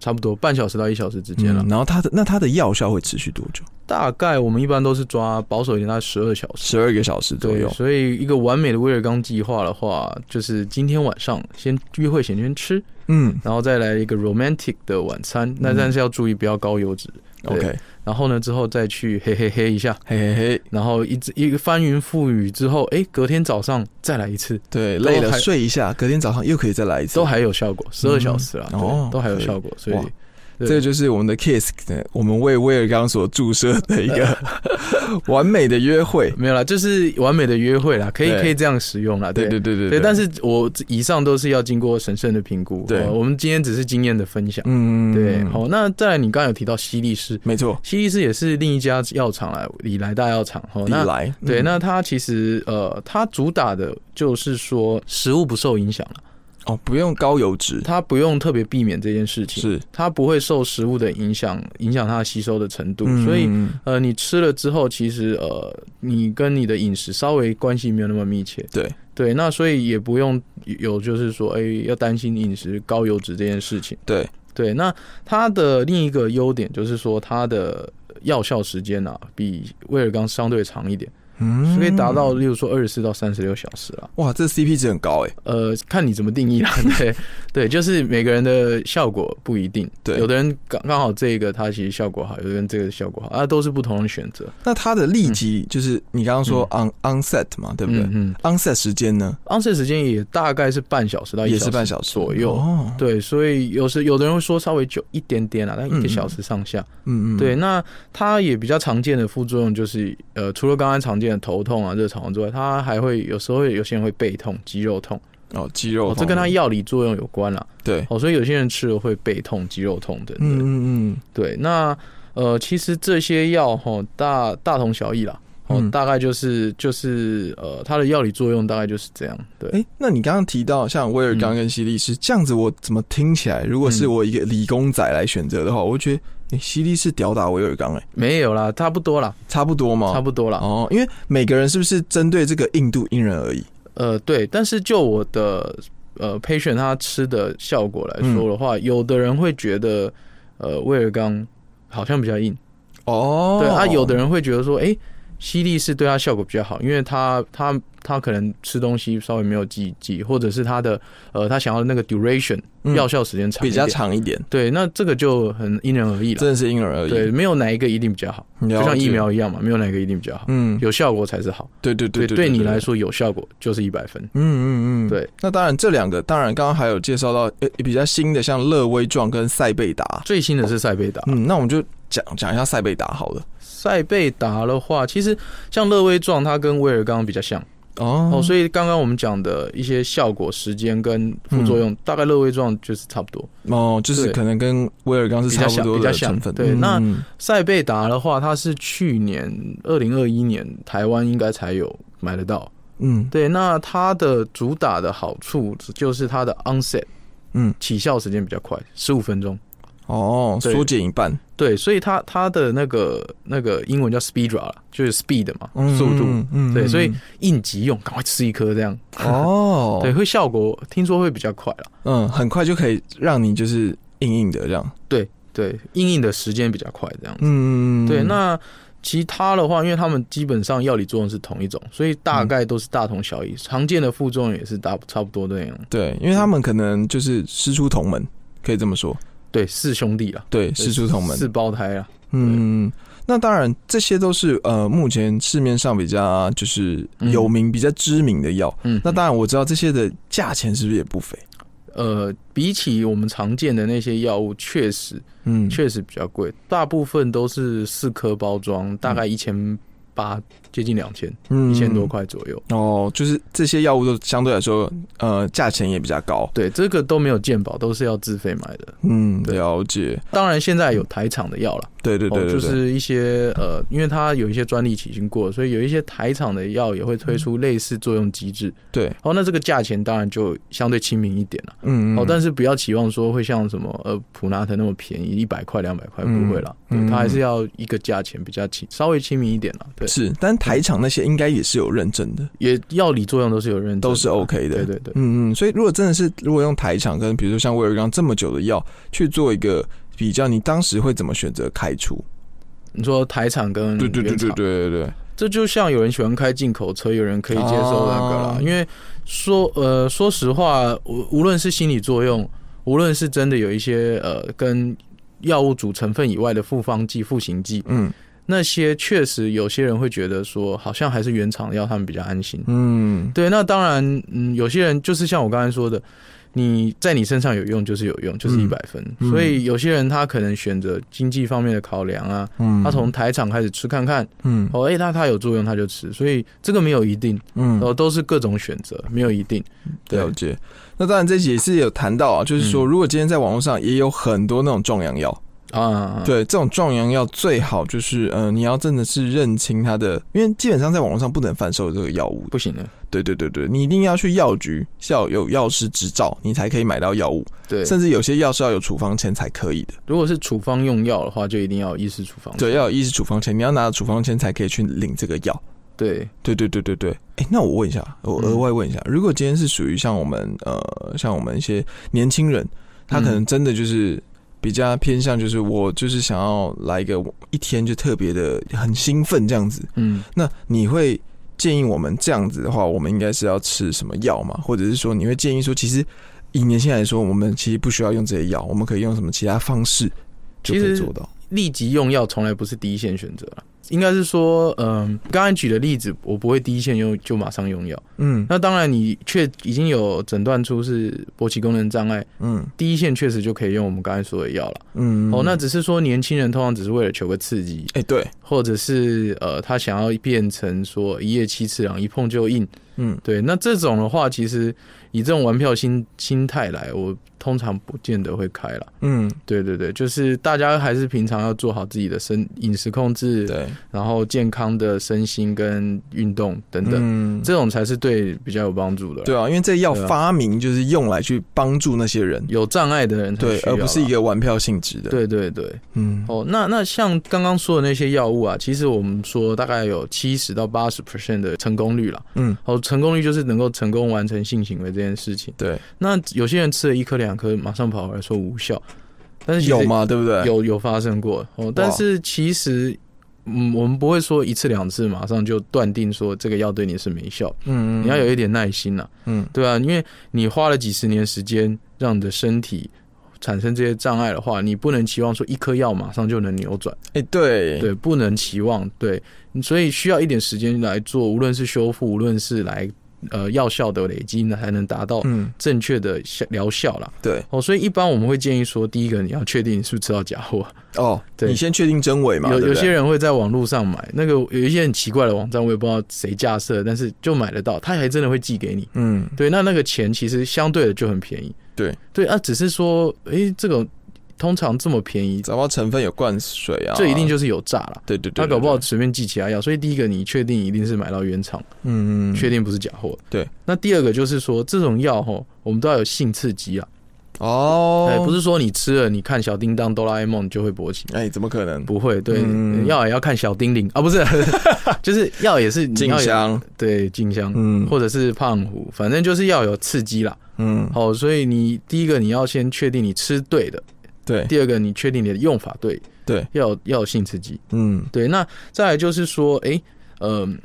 [SPEAKER 2] 差不多半小时到一小时之间了。
[SPEAKER 3] 嗯然后它的那它的药效会持续多久？
[SPEAKER 2] 大概我们一般都是抓保守一点，大概十二小时。
[SPEAKER 3] 十二个小时左
[SPEAKER 2] 对
[SPEAKER 3] 右，。
[SPEAKER 2] 所以一个完美的威尔刚计划的话，就是今天晚上先约会前先吃，
[SPEAKER 3] 嗯
[SPEAKER 2] 然后再来一个 romantic 的晚餐。那但是要注意不要高油脂。对
[SPEAKER 3] ，OK，
[SPEAKER 2] 然后呢，之后再去嘿嘿嘿一下，
[SPEAKER 3] 嘿嘿嘿，
[SPEAKER 2] 然后一直一个翻云覆雨之后，哎，隔天早上再来一次，
[SPEAKER 3] 对，
[SPEAKER 2] 都
[SPEAKER 3] 累了
[SPEAKER 2] 还
[SPEAKER 3] 睡一下，隔天早上又可以再来一次
[SPEAKER 2] 都。还有效果，十二小时啦，
[SPEAKER 3] 嗯哦
[SPEAKER 2] 对，都还有
[SPEAKER 3] 可以
[SPEAKER 2] 效果。所以
[SPEAKER 3] 哇
[SPEAKER 2] 对
[SPEAKER 3] 这个就是我们的 kiss，呃我们为威尔刚所注射的一 个完美的约会。
[SPEAKER 2] 没有啦，就是完美的约会啦，可以
[SPEAKER 3] 对
[SPEAKER 2] 可以这样使用啦。
[SPEAKER 3] 对对对对
[SPEAKER 2] 对，但
[SPEAKER 3] 是
[SPEAKER 2] 是我以上都是要经过审慎的评估。
[SPEAKER 3] 对
[SPEAKER 2] 呃我们今天只是经验的分享。
[SPEAKER 3] 嗯，
[SPEAKER 2] 对，好，那再来，你刚刚有提到西力士，
[SPEAKER 3] 没错，
[SPEAKER 2] 西力士也是另一家药厂来，里来大药厂。哦，
[SPEAKER 3] 你
[SPEAKER 2] 那
[SPEAKER 3] 来，
[SPEAKER 2] 对，
[SPEAKER 3] 嗯
[SPEAKER 2] 那它其实呃，它主打的就是说食物不受影响了，
[SPEAKER 3] 哦，不用高油脂，
[SPEAKER 2] 它不用特别避免这件事情，
[SPEAKER 3] 是，
[SPEAKER 2] 它不会受食物的影响影响它吸收的程度，所以。
[SPEAKER 3] 嗯
[SPEAKER 2] 呃，你吃了之后，其实呃，你跟你的饮食稍微关系没有那么密切，
[SPEAKER 3] 对
[SPEAKER 2] 对，那所以也不用有就是说，哎、要担心饮食高油脂这件事情。
[SPEAKER 3] 对，
[SPEAKER 2] 对，那它的另一个优点就是说，它的药效时间啊，比威尔刚相对长一点，
[SPEAKER 3] 嗯
[SPEAKER 2] 可以达到例如说二十四到三十六小时啦。
[SPEAKER 3] 哇，这 CP 值很高哎、
[SPEAKER 2] 呃，看你怎么定义 啦。对对，就是每个人的效果不一定。
[SPEAKER 3] 对
[SPEAKER 2] 有的人刚刚好这个它其实效果好，有的人这个效果好，啊，都是不同的选择，
[SPEAKER 3] 那它的立即就是你刚刚说 on、onset 嘛，对不
[SPEAKER 2] 嗯
[SPEAKER 3] 对、
[SPEAKER 2] 嗯嗯
[SPEAKER 3] o n s e t 时间呢
[SPEAKER 2] 昂睡时间也大概是半小时呃到一
[SPEAKER 3] 也
[SPEAKER 2] 小时
[SPEAKER 3] 是半小时
[SPEAKER 2] 左右。
[SPEAKER 3] 哦，
[SPEAKER 2] 对，所以有时有的人会说稍微久一点点啊，但一
[SPEAKER 3] 嗯
[SPEAKER 2] 个
[SPEAKER 3] 嗯
[SPEAKER 2] 小时上下。
[SPEAKER 3] 嗯嗯，
[SPEAKER 2] 对，，那它也比较常见的副作用就是，呃，除了刚刚常见的头痛啊、热潮之外，它还会有时候会有些人会背痛、肌肉痛，
[SPEAKER 3] 哦，肌肉
[SPEAKER 2] 哦
[SPEAKER 3] 方面、，
[SPEAKER 2] 这跟它药理作用有关啦。
[SPEAKER 3] 对，
[SPEAKER 2] 哦，所以有些人吃了会背痛、肌肉痛等
[SPEAKER 3] 嗯
[SPEAKER 2] 等。
[SPEAKER 3] 嗯嗯，
[SPEAKER 2] 对，那呃，其实这些药哈、哦大大同小异啦。哦，
[SPEAKER 3] 嗯
[SPEAKER 2] 大概就是就是呃，它的药理作用大概就是这样。对，
[SPEAKER 3] 哎、那你刚刚提到像威尔刚
[SPEAKER 2] 嗯
[SPEAKER 3] 跟西力士、这样子，我怎么听起来，如果是
[SPEAKER 2] 嗯
[SPEAKER 3] 我一个理工仔来选择的话，我会觉得，哎、西力士屌打威尔刚，哎，
[SPEAKER 2] 没有啦，差不多啦，
[SPEAKER 3] 差不多吗？
[SPEAKER 2] 差不多啦。
[SPEAKER 3] 哦，因为每个人是不是针对这个硬度因人而异？
[SPEAKER 2] 呃，对，但是就我的呃 patient 他吃的效果来
[SPEAKER 3] 嗯
[SPEAKER 2] 说的话，有的人会觉得呃威尔刚好像比较硬，
[SPEAKER 3] 哦，
[SPEAKER 2] 对啊，有的人会觉得说，诶，西力士对他效果比较好，因为他他他可能吃东西稍微没有记记，或者是他的呃他想要的那个 duration
[SPEAKER 3] 嗯
[SPEAKER 2] 药效时间长、
[SPEAKER 3] 比较，长一点，
[SPEAKER 2] 对，那这个就很因人而异了，
[SPEAKER 3] 真的是因人而异。
[SPEAKER 2] 对，没有哪一个一定比较好，
[SPEAKER 3] 了
[SPEAKER 2] 就
[SPEAKER 3] 解
[SPEAKER 2] 像疫，苗一样嘛，没有哪一个一定比较好，
[SPEAKER 3] 嗯，
[SPEAKER 2] 有效果才是好，
[SPEAKER 3] 对对对
[SPEAKER 2] 对，对你来，说有效果就是一百分，
[SPEAKER 3] 嗯嗯嗯，
[SPEAKER 2] 对。
[SPEAKER 3] 那当然，这两个当然刚刚还有介绍到呃比较新的，像乐威壮跟塞贝达。
[SPEAKER 2] 最新的是塞贝达。
[SPEAKER 3] 嗯，那我们就讲讲一下塞贝达好了。
[SPEAKER 2] 塞贝达的话，其实像乐威壮，它跟威尔刚比较像
[SPEAKER 3] 哦
[SPEAKER 2] 哦，所以刚刚我们讲的一些效果、时间跟副作
[SPEAKER 3] 嗯
[SPEAKER 2] 用，大概乐威壮就是差不多。
[SPEAKER 3] 以哦，就是
[SPEAKER 2] 对
[SPEAKER 3] 可能跟威尔刚是差不多
[SPEAKER 2] 比
[SPEAKER 3] 的
[SPEAKER 2] 较像
[SPEAKER 3] 成分。
[SPEAKER 2] 比较像对
[SPEAKER 3] 嗯
[SPEAKER 2] 那
[SPEAKER 3] 嗯
[SPEAKER 2] 塞贝达的话，它是去年二零二一年台湾应该才有买得到。
[SPEAKER 3] 嗯
[SPEAKER 2] 对，那它的主打的好处就是它的 onset
[SPEAKER 3] 嗯
[SPEAKER 2] 起效时间比较快，十五分钟。
[SPEAKER 3] 哦，
[SPEAKER 2] 对
[SPEAKER 3] 缩减一半
[SPEAKER 2] 对，所以它它的那个那个英文叫 speedra 啦，就是 speed 嘛，速度。
[SPEAKER 3] 嗯嗯
[SPEAKER 2] 对，所以
[SPEAKER 3] 嗯
[SPEAKER 2] 应急用，赶快吃一颗这样。，
[SPEAKER 3] 哦
[SPEAKER 2] 对，，会效果听说会比较快啦。
[SPEAKER 3] 嗯，很快就可以让你就是硬硬的这样。
[SPEAKER 2] 对，应应的时间比较快这样子。
[SPEAKER 3] 嗯，
[SPEAKER 2] 对，那其他的话，因为他们基本上药理作用是同一种，所以大概都是大同小异，常见的副作用也是大差不多那样。
[SPEAKER 3] 对，因为他们可能就是师出同门，可以这么说，
[SPEAKER 2] 对，四兄弟啦，
[SPEAKER 3] 对，
[SPEAKER 2] 对
[SPEAKER 3] 师出同门，
[SPEAKER 2] 四胞胎啊啦。
[SPEAKER 3] 嗯，那当然这些都是呃，目前市面上比较就是
[SPEAKER 2] 嗯
[SPEAKER 3] 有名、比较知名的药。
[SPEAKER 2] 嗯，
[SPEAKER 3] 那当然我知道这些的价钱是不是也不菲？
[SPEAKER 2] 呃，比起我们常见的那些药物，确实
[SPEAKER 3] 嗯，
[SPEAKER 2] 确实比较贵，大部分都是四颗包装，
[SPEAKER 3] 嗯
[SPEAKER 2] 大概一千八，接近两千，
[SPEAKER 3] 一
[SPEAKER 2] 一千多。块左右。
[SPEAKER 3] 嗯哦，就是这些药物都相对来说，呃，价钱也比较高。
[SPEAKER 2] 对，这个都没有鉴保，都是要自费买的。
[SPEAKER 3] 嗯，
[SPEAKER 2] 对
[SPEAKER 3] 了解。
[SPEAKER 2] 当然，现在有台厂的药了。
[SPEAKER 3] 对对对对
[SPEAKER 2] 哦，
[SPEAKER 3] 对，
[SPEAKER 2] 就是一些呃，因为它有一些专利期已经过了，所以有一些台厂的药也会推出类似作用机制。
[SPEAKER 3] 对，
[SPEAKER 2] 哦，那这个价钱当然就相对亲民一点了。
[SPEAKER 3] 嗯，
[SPEAKER 2] 哦
[SPEAKER 3] 嗯，
[SPEAKER 2] 但是不要期望说会像什么呃普拿疼那么便宜，一百块两百块不会啦，
[SPEAKER 3] 嗯
[SPEAKER 2] 对，它
[SPEAKER 3] 嗯
[SPEAKER 2] 还是要一个价钱比较亲，稍微亲民一点啦。对，
[SPEAKER 3] 是，但台厂那些应该也是有认证的，
[SPEAKER 2] 也药理作用都是有认证的，
[SPEAKER 3] 都是 OK 的。
[SPEAKER 2] 对对对，
[SPEAKER 3] 嗯嗯，所以如果真的是如果用台厂跟比如说像威尔刚这么久的药去做一个比较，你当时会怎么选择开除？嗯
[SPEAKER 2] 你说台厂跟
[SPEAKER 3] 对对对
[SPEAKER 2] 原厂
[SPEAKER 3] 对对对对，
[SPEAKER 2] 这就像有人喜欢开进口车，有人可以接受那个啦。
[SPEAKER 3] 啊
[SPEAKER 2] 因为说呃，说实话，无无论是心理作用，无论是真的有一些呃跟药物主成分以外的复方剂、复形剂，
[SPEAKER 3] 嗯
[SPEAKER 2] 那些确实有些人会觉得说，好像还是原厂的药他们比较安心。
[SPEAKER 3] 嗯
[SPEAKER 2] 对，那当然，嗯，有些人就是像我刚才说的，你在你身上有用就是有用，就是一
[SPEAKER 3] 嗯
[SPEAKER 2] 百分。
[SPEAKER 3] 嗯
[SPEAKER 2] 所以有些人他可能选择经济方面的考量啊，
[SPEAKER 3] 嗯，
[SPEAKER 2] 他从台厂开始吃看看。
[SPEAKER 3] 嗯
[SPEAKER 2] 哦，哎、那它有作用，它就吃，所以这个没有一定，
[SPEAKER 3] 嗯
[SPEAKER 2] 然后都是各种选择，没有一定。哦对
[SPEAKER 3] 了解。那当然这集也是有谈到啊，就是说
[SPEAKER 2] 嗯
[SPEAKER 3] 如果今天在网络上也有很多那种壮阳药，
[SPEAKER 2] 啊，
[SPEAKER 3] 对这种壮阳药最好就是呃你要真的是认清它的，因为基本上在网络上不能贩售这个药物的。
[SPEAKER 2] 不行的，
[SPEAKER 3] 对对对对，你一定要去药局是要有药师执照，你才可以买到药物。
[SPEAKER 2] 对。
[SPEAKER 3] 甚至有些药是要有处方签才可以的。
[SPEAKER 2] 如果是处方用药的话，就一定要有医师处方。
[SPEAKER 3] 对，要有医师处方签，你要拿到处方签才可以去领这个药。
[SPEAKER 2] 对，
[SPEAKER 3] 对对对对对。哎、那我问一下，我
[SPEAKER 2] 嗯
[SPEAKER 3] 额外问一下，如果
[SPEAKER 2] 嗯
[SPEAKER 3] 今天是属于像我们呃，像我们一些年轻人，他可能真的就是。比较偏向就是我就是想要来一个一天就特别的很兴奋这样子。
[SPEAKER 2] 嗯，
[SPEAKER 3] 那你会建议我们这样子的话，我们应该是要吃什么药吗？或者是说你会建议说，其实以年轻人来说，我们其实不需要用这些药，我们可以用什么其他方式就
[SPEAKER 2] 其
[SPEAKER 3] 可以
[SPEAKER 2] 实
[SPEAKER 3] 做到？
[SPEAKER 2] 立即用药从来不是第一线选择啦应该是说，嗯，刚才举的例子，我不会第一线用就马上用药。
[SPEAKER 3] 嗯
[SPEAKER 2] 那当然，你确已经有诊断出是勃起功能障碍，
[SPEAKER 3] 嗯
[SPEAKER 2] 第一线确实就可以用我们刚才说的药了。
[SPEAKER 3] 嗯
[SPEAKER 2] 哦，那只是说年轻人通常只是为了求个刺激，
[SPEAKER 3] 哎、对，
[SPEAKER 2] 或者是呃，他想要变成说一夜七次郎，一碰就硬。
[SPEAKER 3] 嗯
[SPEAKER 2] 对，那这种的话，其实以这种玩票心心态来，我通常不见得会开了。
[SPEAKER 3] 嗯
[SPEAKER 2] 对对对，就是大家还是平常要做好自己的身饮食控制，
[SPEAKER 3] 对
[SPEAKER 2] 然后健康的身心跟运动等等，
[SPEAKER 3] 嗯
[SPEAKER 2] 这种才是对比较有帮助的啦。
[SPEAKER 3] 对啊，因为这药
[SPEAKER 2] 对啊
[SPEAKER 3] 发明就是用来去帮助那些人，
[SPEAKER 2] 有障碍的人才
[SPEAKER 3] 对，
[SPEAKER 2] 需要
[SPEAKER 3] 而
[SPEAKER 2] 啦
[SPEAKER 3] 不是一个玩票性质的。，
[SPEAKER 2] 对对对。
[SPEAKER 3] 嗯
[SPEAKER 2] 哦，那那像刚刚说的那些药物啊，其实我们说大概有七十到八十 percent 的成功率啦。
[SPEAKER 3] 嗯，
[SPEAKER 2] 哦，成功率就是能够成功完成性行为这件事情。
[SPEAKER 3] 对，
[SPEAKER 2] 那有些人吃了一颗两颗，马上跑回来说无效，但是其实
[SPEAKER 3] 有吗？对不对？
[SPEAKER 2] 有有发生过哦，但是其实，嗯，我们不会说一次两次马上就断定说这个药对你是没效，
[SPEAKER 3] 嗯，嗯，
[SPEAKER 2] 你要有一点耐心呐、
[SPEAKER 3] 嗯
[SPEAKER 2] 对啊，因为你花了几十年时间让你的身体产生这些障碍的话，你不能期望说一颗药马上就能扭转，
[SPEAKER 3] 哎、对
[SPEAKER 2] 对，不能期望，对，嗯所以需要一点时间来做，无论是修复，无论是来呃药效的累积，那才能达到
[SPEAKER 3] 嗯
[SPEAKER 2] 正确的效疗效啦。
[SPEAKER 3] 对
[SPEAKER 2] 哦，所以一般我们会建议说，第一个你要确定你是不是吃到假货。
[SPEAKER 3] 哦，
[SPEAKER 2] 对
[SPEAKER 3] 你先确定真伪嘛？
[SPEAKER 2] 有
[SPEAKER 3] 对
[SPEAKER 2] 有
[SPEAKER 3] 不
[SPEAKER 2] 些
[SPEAKER 3] 对
[SPEAKER 2] 人会在网络上买，那个有一些很奇怪的网站，我也不知道谁架设的，但是就买得到，他还真的会寄给你。
[SPEAKER 3] 嗯
[SPEAKER 2] 对，那那个钱其实相对的就很便宜。
[SPEAKER 3] 对
[SPEAKER 2] 对啊，只是说，诶、这个通常这么便宜，
[SPEAKER 3] 找到成分有灌水啊，
[SPEAKER 2] 这一定就是有诈了。
[SPEAKER 3] 对对对，
[SPEAKER 2] 他搞不好
[SPEAKER 3] 对
[SPEAKER 2] 随便寄其他药，所以第一个你确定一定是买到原厂，
[SPEAKER 3] 嗯嗯
[SPEAKER 2] 确定不是假货。
[SPEAKER 3] 对，
[SPEAKER 2] 那第二个就是说这种药吼，我们都要有性刺激啊，
[SPEAKER 3] 哦
[SPEAKER 2] 哎、，不是说你吃了你看小叮当、哆啦 A 梦你就会勃起，
[SPEAKER 3] 哎、怎么可能？
[SPEAKER 2] 不会，对，
[SPEAKER 3] 嗯
[SPEAKER 2] 药也要看小叮铃啊，不是， 就是药也是你
[SPEAKER 3] 静
[SPEAKER 2] 要有，
[SPEAKER 3] 香，
[SPEAKER 2] 对，静香，
[SPEAKER 3] 嗯
[SPEAKER 2] 或者是胖虎，反正就是要有刺激啦。
[SPEAKER 3] 嗯，
[SPEAKER 2] 好、所以你第一个你要先确定你吃对的，
[SPEAKER 3] 对
[SPEAKER 2] 第二个你确定你的用法对，
[SPEAKER 3] 对，
[SPEAKER 2] 要有要有性刺激，
[SPEAKER 3] 嗯
[SPEAKER 2] 对。那再来就是说，诶，嗯、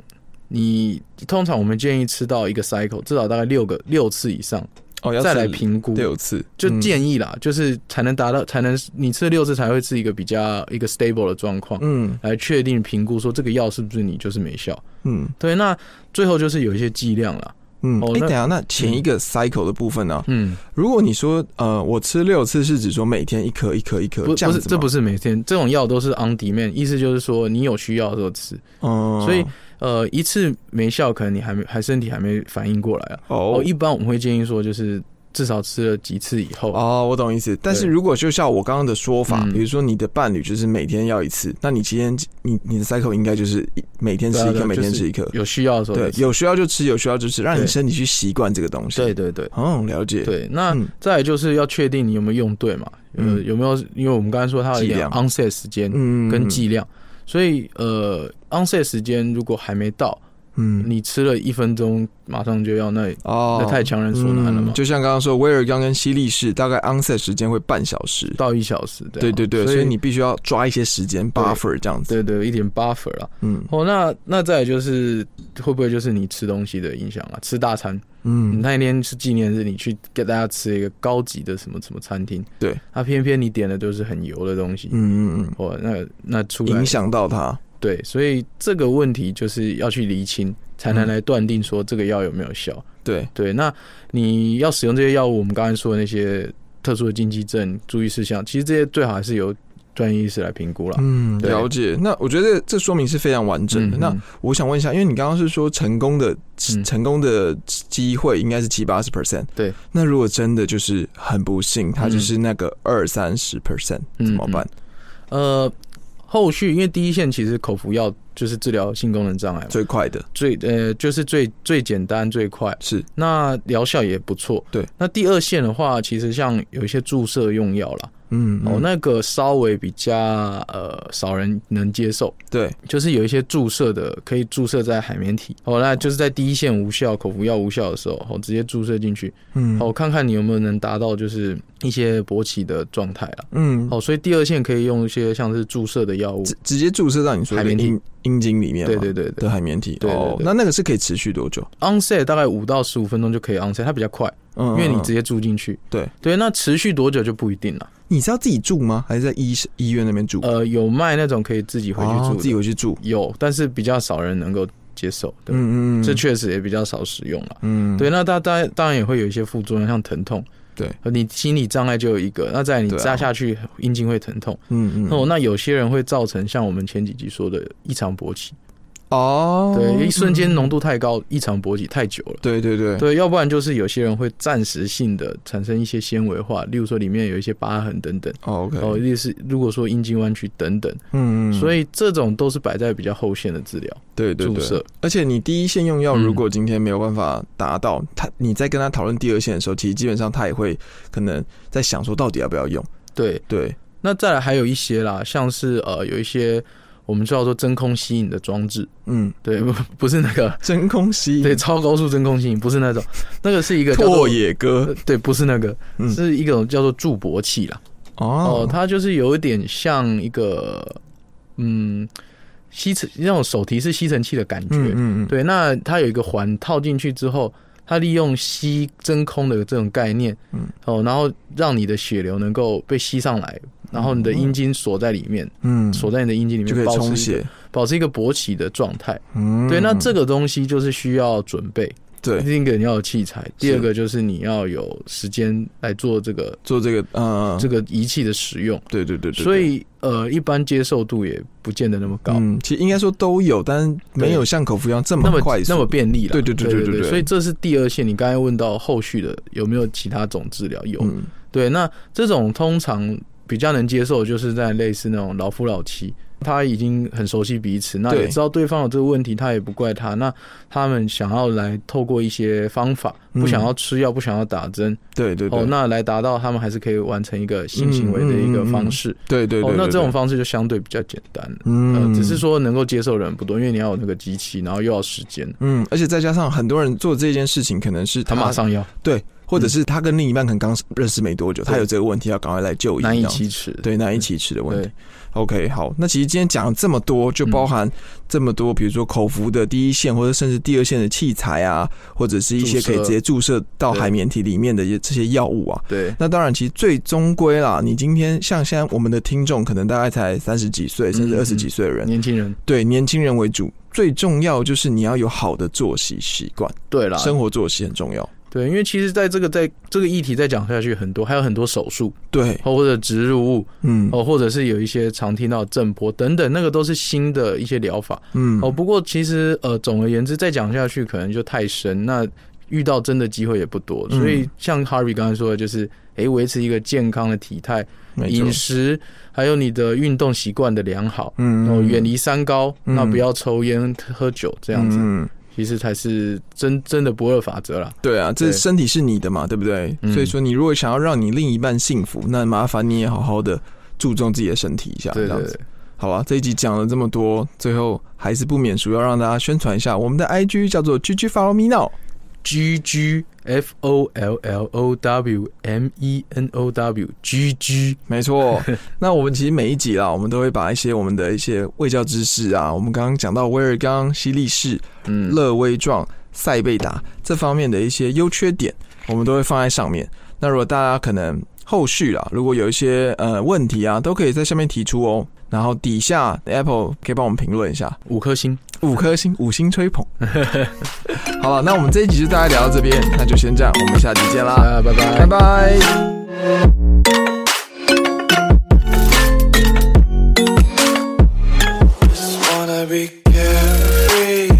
[SPEAKER 2] 你通常我们建议吃到一个 cycle 至少大概六个六次以上，
[SPEAKER 3] 哦，要
[SPEAKER 2] 再来
[SPEAKER 3] 吃
[SPEAKER 2] 评估。
[SPEAKER 3] 六次，
[SPEAKER 2] 就
[SPEAKER 3] 嗯，
[SPEAKER 2] 建议啦，就是才能达到，才能你吃六次才会是一个比较一个 stable 的状况。
[SPEAKER 3] 嗯
[SPEAKER 2] 来确定评估说这个药是不是你就是没效。
[SPEAKER 3] 嗯
[SPEAKER 2] 对，那最后就是有一些剂量啦。
[SPEAKER 3] 嗯，哎、
[SPEAKER 2] 哦那
[SPEAKER 3] 等一下，那前一个 cycle 的部分呢、
[SPEAKER 2] 嗯，
[SPEAKER 3] 如果你说呃，我吃六次是指说每天一颗一颗一颗
[SPEAKER 2] 不
[SPEAKER 3] 这
[SPEAKER 2] 不
[SPEAKER 3] 样子
[SPEAKER 2] 是，这不
[SPEAKER 3] 是，
[SPEAKER 2] 是每天这种药都是 on demand，意思就是说你有需要的时候吃。
[SPEAKER 3] 嗯，
[SPEAKER 2] 所以呃，一次没效，可能你还没还身体还没反应过来啊。
[SPEAKER 3] 哦
[SPEAKER 2] 哦，一般我们会建议说，就是至少吃了几次以后。
[SPEAKER 3] 哦，我懂意思。但是如果就像我刚刚的说法，
[SPEAKER 2] 嗯
[SPEAKER 3] 比如说你的伴侣就是每天要一次，那你今天你你的 cycle 应该就是一每天吃一
[SPEAKER 2] 对啊对
[SPEAKER 3] 颗，
[SPEAKER 2] 啊
[SPEAKER 3] 每天
[SPEAKER 2] 就是
[SPEAKER 3] 吃一颗。
[SPEAKER 2] 有需要的时候
[SPEAKER 3] 对
[SPEAKER 2] 再，吃。
[SPEAKER 3] 有需要就吃，有需要就吃，让你
[SPEAKER 2] 对
[SPEAKER 3] 身体去习惯这个东西。
[SPEAKER 2] 对，对对
[SPEAKER 3] 哦，了解。，
[SPEAKER 2] 对。那
[SPEAKER 3] 嗯
[SPEAKER 2] 再来就是要确定你有没有用对嘛？呃，
[SPEAKER 3] 嗯
[SPEAKER 2] 有没有？因为我们刚才说它有一
[SPEAKER 3] 剂
[SPEAKER 2] 个
[SPEAKER 3] 量
[SPEAKER 2] onset 时间
[SPEAKER 3] 嗯
[SPEAKER 2] 跟，剂量，所以呃 onset 时间如果还没到。
[SPEAKER 3] 嗯，
[SPEAKER 2] 你吃了一分钟，马上就要那
[SPEAKER 3] 哦，
[SPEAKER 2] 那太强人所难了嘛，
[SPEAKER 3] 嗯就像刚刚说，威尔刚跟犀利士大概 onset 时间会半小时。
[SPEAKER 2] 到一小时这
[SPEAKER 3] 对
[SPEAKER 2] 样。
[SPEAKER 3] 对对，所
[SPEAKER 2] 啊所
[SPEAKER 3] 以你必须要抓一些时间 buffer 这样子。
[SPEAKER 2] 对对一点 buffer 啦。
[SPEAKER 3] 嗯
[SPEAKER 2] 哦，那那再来就是会不会就是你吃东西的影响啊？吃大餐，你
[SPEAKER 3] 嗯，
[SPEAKER 2] 那一天是纪念日，你去给大家吃一个高级的什么什么餐厅，
[SPEAKER 3] 对，
[SPEAKER 2] 他偏偏你点的都是很油的东西
[SPEAKER 3] 嗯，嗯嗯
[SPEAKER 2] 哦，那那出
[SPEAKER 3] 嗯，
[SPEAKER 2] 来
[SPEAKER 3] 影响到他。
[SPEAKER 2] 对，所以这个问题就是要去厘清，才能
[SPEAKER 3] 嗯
[SPEAKER 2] 来断定说这个药有没有效。
[SPEAKER 3] 对，
[SPEAKER 2] 对，那你要使用这些药物，我们刚才说的那些特殊的禁忌症、注意事项，其实这些最好还是由专业医师来评估啦。
[SPEAKER 3] 嗯，
[SPEAKER 2] 对
[SPEAKER 3] 了解。那我觉得这说明是非常完整的。
[SPEAKER 2] 嗯
[SPEAKER 3] 那
[SPEAKER 2] 嗯
[SPEAKER 3] 我想问一下，因为你刚刚是说成功的、
[SPEAKER 2] 嗯
[SPEAKER 3] 成功的机会应该是七八十 percent，
[SPEAKER 2] 对。
[SPEAKER 3] 那如果真的就是很不幸，它
[SPEAKER 2] 嗯
[SPEAKER 3] 就是那个二三十 percent
[SPEAKER 2] 嗯
[SPEAKER 3] 怎么办？
[SPEAKER 2] 呃，后续因为第一线其实口服药就是治疗性功能障碍嘛，
[SPEAKER 3] 最快的
[SPEAKER 2] 最呃就是最最简单最快，
[SPEAKER 3] 是
[SPEAKER 2] 那疗效也不错。
[SPEAKER 3] 对，
[SPEAKER 2] 那第二线的话，其实像有一些注射用药啦，
[SPEAKER 3] 嗯，
[SPEAKER 2] 哦，
[SPEAKER 3] 嗯
[SPEAKER 2] 那个稍微比较呃少人能接受，
[SPEAKER 3] 对，
[SPEAKER 2] 就是有一些注射的可以注射在海绵体，哦，那就是在第一线无效口服药无效的时候，哦，直接注射进去，
[SPEAKER 3] 嗯，
[SPEAKER 2] 哦，看看你有没有能达到就是一些勃起的状态啦。
[SPEAKER 3] 嗯，
[SPEAKER 2] 哦，所以第二线可以用一些像是注射的药物，
[SPEAKER 3] 直直接注射到你说的
[SPEAKER 2] 海绵体
[SPEAKER 3] 阴阴茎里面嘛，
[SPEAKER 2] 对对对对
[SPEAKER 3] 的海绵体，
[SPEAKER 2] 对对
[SPEAKER 3] 哦
[SPEAKER 2] 对
[SPEAKER 3] 那那个是可以持续多久？
[SPEAKER 2] ，onset 大概五到十五分钟就可以 onset，它比较快，
[SPEAKER 3] 嗯，
[SPEAKER 2] 因为你
[SPEAKER 3] 嗯
[SPEAKER 2] 直接住进去。
[SPEAKER 3] 对
[SPEAKER 2] 对，那持续多久就不一定了。
[SPEAKER 3] 你是要自己住吗？还是在医医院那边住？
[SPEAKER 2] 呃，有卖那种可以自己回去
[SPEAKER 3] 哦
[SPEAKER 2] 住的，
[SPEAKER 3] 自己回去住。
[SPEAKER 2] 有，但是比较少人能够接受，对，
[SPEAKER 3] 嗯嗯，嗯
[SPEAKER 2] 这确实也比较少使用了。
[SPEAKER 3] 嗯
[SPEAKER 2] 对，那大当然当然也会有一些副作用，像疼痛。
[SPEAKER 3] 对，
[SPEAKER 2] 你心理障碍就有一个，那在你
[SPEAKER 3] 对啊
[SPEAKER 2] 扎下去，阴茎会疼痛。
[SPEAKER 3] 嗯嗯
[SPEAKER 2] 哦，那有些人会造成像我们前几集说的异常勃起，
[SPEAKER 3] 哦，
[SPEAKER 2] 对，一瞬间
[SPEAKER 3] 嗯
[SPEAKER 2] 浓度太高，异常勃起太久了。
[SPEAKER 3] 对对对，
[SPEAKER 2] 对，要不然就是有些人会暂时性的产生一些纤维化，例如说里面有一些疤痕等等，
[SPEAKER 3] 哦 OK，
[SPEAKER 2] 哦，例是如果说阴茎弯曲等等，
[SPEAKER 3] 嗯嗯，
[SPEAKER 2] 所
[SPEAKER 3] 以
[SPEAKER 2] 以这种都是摆在比较后线的治疗
[SPEAKER 3] 对对
[SPEAKER 2] 注
[SPEAKER 3] 对，
[SPEAKER 2] 射。
[SPEAKER 3] 而且你第一线用药，
[SPEAKER 2] 嗯
[SPEAKER 3] 如果今天没有办法达到、他，你在跟他讨论第二线的时候，其实基本上他也会可能在想说到底要不要用。
[SPEAKER 2] 对，
[SPEAKER 3] 对，
[SPEAKER 2] 那再来还有一些啦，像是呃有一些我们叫做真空吸引的装置，
[SPEAKER 3] 嗯，
[SPEAKER 2] 对，不 不是那个，
[SPEAKER 3] 真空吸
[SPEAKER 2] 对，超高速真空吸引不是那种，那个是一个叫做
[SPEAKER 3] 拓野
[SPEAKER 2] 呃
[SPEAKER 3] 哥，
[SPEAKER 2] 对，不是那个，
[SPEAKER 3] 嗯
[SPEAKER 2] 是一种叫做助勃器啦。哦
[SPEAKER 3] 哦，，
[SPEAKER 2] 它就是有一点像一个，嗯，吸尘那种手提式吸尘器的感觉。
[SPEAKER 3] 嗯嗯嗯，
[SPEAKER 2] 对，那它有一个环套进去之后，它利用吸真空的这种概念，
[SPEAKER 3] 嗯，
[SPEAKER 2] 哦，然后让你的血流能够被吸上来，然后你的阴茎锁在里面，
[SPEAKER 3] 嗯，
[SPEAKER 2] 锁在你的阴茎里面，
[SPEAKER 3] 就可以
[SPEAKER 2] 保持
[SPEAKER 3] 充
[SPEAKER 2] 一个
[SPEAKER 3] 血。
[SPEAKER 2] 保持一个勃起的状态。
[SPEAKER 3] 嗯，
[SPEAKER 2] 对，那这个东西就是需要准备，
[SPEAKER 3] 对
[SPEAKER 2] 第一个你要有器材，第
[SPEAKER 3] 是
[SPEAKER 2] 二个就是你要有时间来做这个
[SPEAKER 3] 做这个，嗯，
[SPEAKER 2] 这
[SPEAKER 3] 个
[SPEAKER 2] 个仪器的使用。
[SPEAKER 3] 对对对对，
[SPEAKER 2] 所以呃，一般接受度也不见得那么高，
[SPEAKER 3] 嗯，其实应该说都有，但是没有像口服一样这
[SPEAKER 2] 那么
[SPEAKER 3] 快速，
[SPEAKER 2] 那么便利了。
[SPEAKER 3] 对对对
[SPEAKER 2] 对
[SPEAKER 3] 对对
[SPEAKER 2] 对
[SPEAKER 3] 对
[SPEAKER 2] 所以这是第二线。你刚才问到后续的有没有其他种治疗？有，
[SPEAKER 3] 嗯
[SPEAKER 2] 对。那这种通常比较能接受，就是在类似那种老夫老妻。他已经很熟悉彼此，那
[SPEAKER 3] 对
[SPEAKER 2] 也知道对方有这个问题，他也不怪他。那他们想要来透过一些方法，
[SPEAKER 3] 嗯
[SPEAKER 2] 不想要吃药，不想要打针，
[SPEAKER 3] 对对对，嗯
[SPEAKER 2] 哦，那来达到他们还是可以完成一个性行为的一个方式。
[SPEAKER 3] 对对对，
[SPEAKER 2] 哦，那这
[SPEAKER 3] 对
[SPEAKER 2] 种
[SPEAKER 3] 对
[SPEAKER 2] 方式就相对比较简单了。
[SPEAKER 3] 嗯
[SPEAKER 2] 呃，，只是说能够接受的人不多，因为你要有那个机器，然后又要时间，
[SPEAKER 3] 嗯，而且再加上很多人做这件事情，可能是
[SPEAKER 2] 他马上要
[SPEAKER 3] 对，或者是他跟另一半可能刚认识没多久，
[SPEAKER 2] 对
[SPEAKER 3] 他有这个问题要赶快来就医，
[SPEAKER 2] 难
[SPEAKER 3] 这
[SPEAKER 2] 以
[SPEAKER 3] 样
[SPEAKER 2] 启齿。
[SPEAKER 3] 对难以启齿的问题
[SPEAKER 2] 对。，嗯
[SPEAKER 3] OK，好，那其实今天讲了这么多，就包含这么多，比如说口服的第一线或者甚至第二线的器材啊，或者是一些
[SPEAKER 2] 注射
[SPEAKER 3] 可以直接注射到
[SPEAKER 2] 对
[SPEAKER 3] 海绵体里面的一这些药物啊。
[SPEAKER 2] 对，
[SPEAKER 3] 那当然，其实最终归啦，你今天像现在我们的听众可能大概才三十几岁，甚至
[SPEAKER 2] 嗯
[SPEAKER 3] 二十几岁的人，
[SPEAKER 2] 年轻人，
[SPEAKER 3] 对年轻人为主。最重要就是你要有好的作息习惯，
[SPEAKER 2] 对啦，
[SPEAKER 3] 生活作息很重要。
[SPEAKER 2] 对，因为其实在这个在这个议题再讲下去很多，还有很多手术
[SPEAKER 3] 对，
[SPEAKER 2] 哦或者植入物
[SPEAKER 3] 嗯，
[SPEAKER 2] 哦，或者是有一些常听到的震波等等，那个都是新的一些疗法
[SPEAKER 3] 嗯，
[SPEAKER 2] 哦。不过其实呃，总而言之，再讲下去可能就太深，那遇到真的机会也不多。所以
[SPEAKER 3] 嗯
[SPEAKER 2] 像 Harvey 刚才说的，就是诶，维持一个健康的体态。
[SPEAKER 3] 没错
[SPEAKER 2] 饮，食，还有你的运动习惯的良好，
[SPEAKER 3] 嗯
[SPEAKER 2] 然后远离三高，
[SPEAKER 3] 嗯
[SPEAKER 2] 那不要抽烟、喝酒哦这样子，
[SPEAKER 3] 嗯，
[SPEAKER 2] 其实才是真真的不二法则啦。
[SPEAKER 3] 对啊，这
[SPEAKER 2] 对
[SPEAKER 3] 身体是你的嘛，对不对？
[SPEAKER 2] 嗯
[SPEAKER 3] 所以说，你如果想要让你另一半幸福，那麻烦你也好好的注重自己的身体一下，
[SPEAKER 2] 对
[SPEAKER 3] 这
[SPEAKER 2] 对
[SPEAKER 3] 样子
[SPEAKER 2] 对。，
[SPEAKER 3] 好吧，这一集讲了这么多，最后还是不免俗要让大家宣传一下我们的 IG 叫做 GG Follow Me Now。
[SPEAKER 2] G G F O L L O W M E N O W G G，
[SPEAKER 3] 没错，那我们其实每一集啦，我们都会把一些我们的一些卫教知识啊，我们刚刚讲到威尔刚、西力士、
[SPEAKER 2] 嗯，
[SPEAKER 3] 勒威壮、塞贝达这方面的一些优缺点，我们都会放在上面。那如果大家可能后续啊，如果有一些呃问题啊，都可以在下面提出哦。然后底下 Apple 可以帮我们评论一下，
[SPEAKER 2] 五颗星，
[SPEAKER 3] 五颗星，五星 吹捧。好了，那我们这一集就大概聊到这边，那就先这样，我们下集见啦，
[SPEAKER 2] 啊，拜拜
[SPEAKER 3] 拜。拜。
[SPEAKER 4] Just wanna be carefree.